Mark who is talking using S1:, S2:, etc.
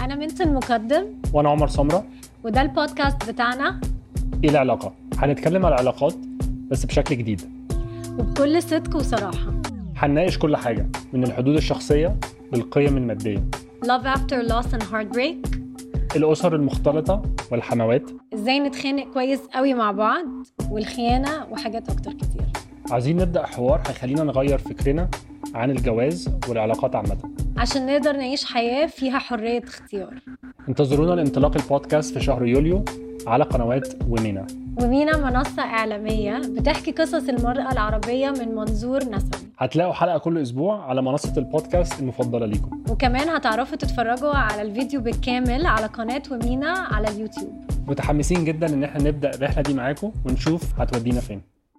S1: أنا بنت المقدم
S2: وانا عمر سمره
S1: وده البودكاست بتاعنا
S2: ايه العلاقه هنتكلم على العلاقات بس بشكل جديد
S1: وبكل صدق وصراحة
S2: هنناقش كل حاجه من الحدود الشخصيه للقيم الماديه
S1: Love After Loss and Heartbreak
S2: الاسر المختلطه والحموات
S1: إزاي نتخانق كويس قوي مع بعض والخيانة وحاجات أكتر كتير
S2: عايزين نبدا حوار هيخلينا نغير فكرنا عن الجواز والعلاقات عامه
S1: عشان نقدر نعيش حياة فيها حرية اختيار
S2: انتظرونا لانطلاق البودكاست في شهر يوليو على قنوات ومينا
S1: ومينا منصة إعلامية بتحكي قصص المرأة العربية من منظور نسوي
S2: هتلاقوا حلقه كل اسبوع على منصه البودكاست المفضله ليكم
S1: وكمان هتعرفوا تتفرجوا على الفيديو بالكامل على قناة ومينا على اليوتيوب
S2: متحمسين جدا ان احنا نبدا الرحله دي معاكم ونشوف هتودينا فين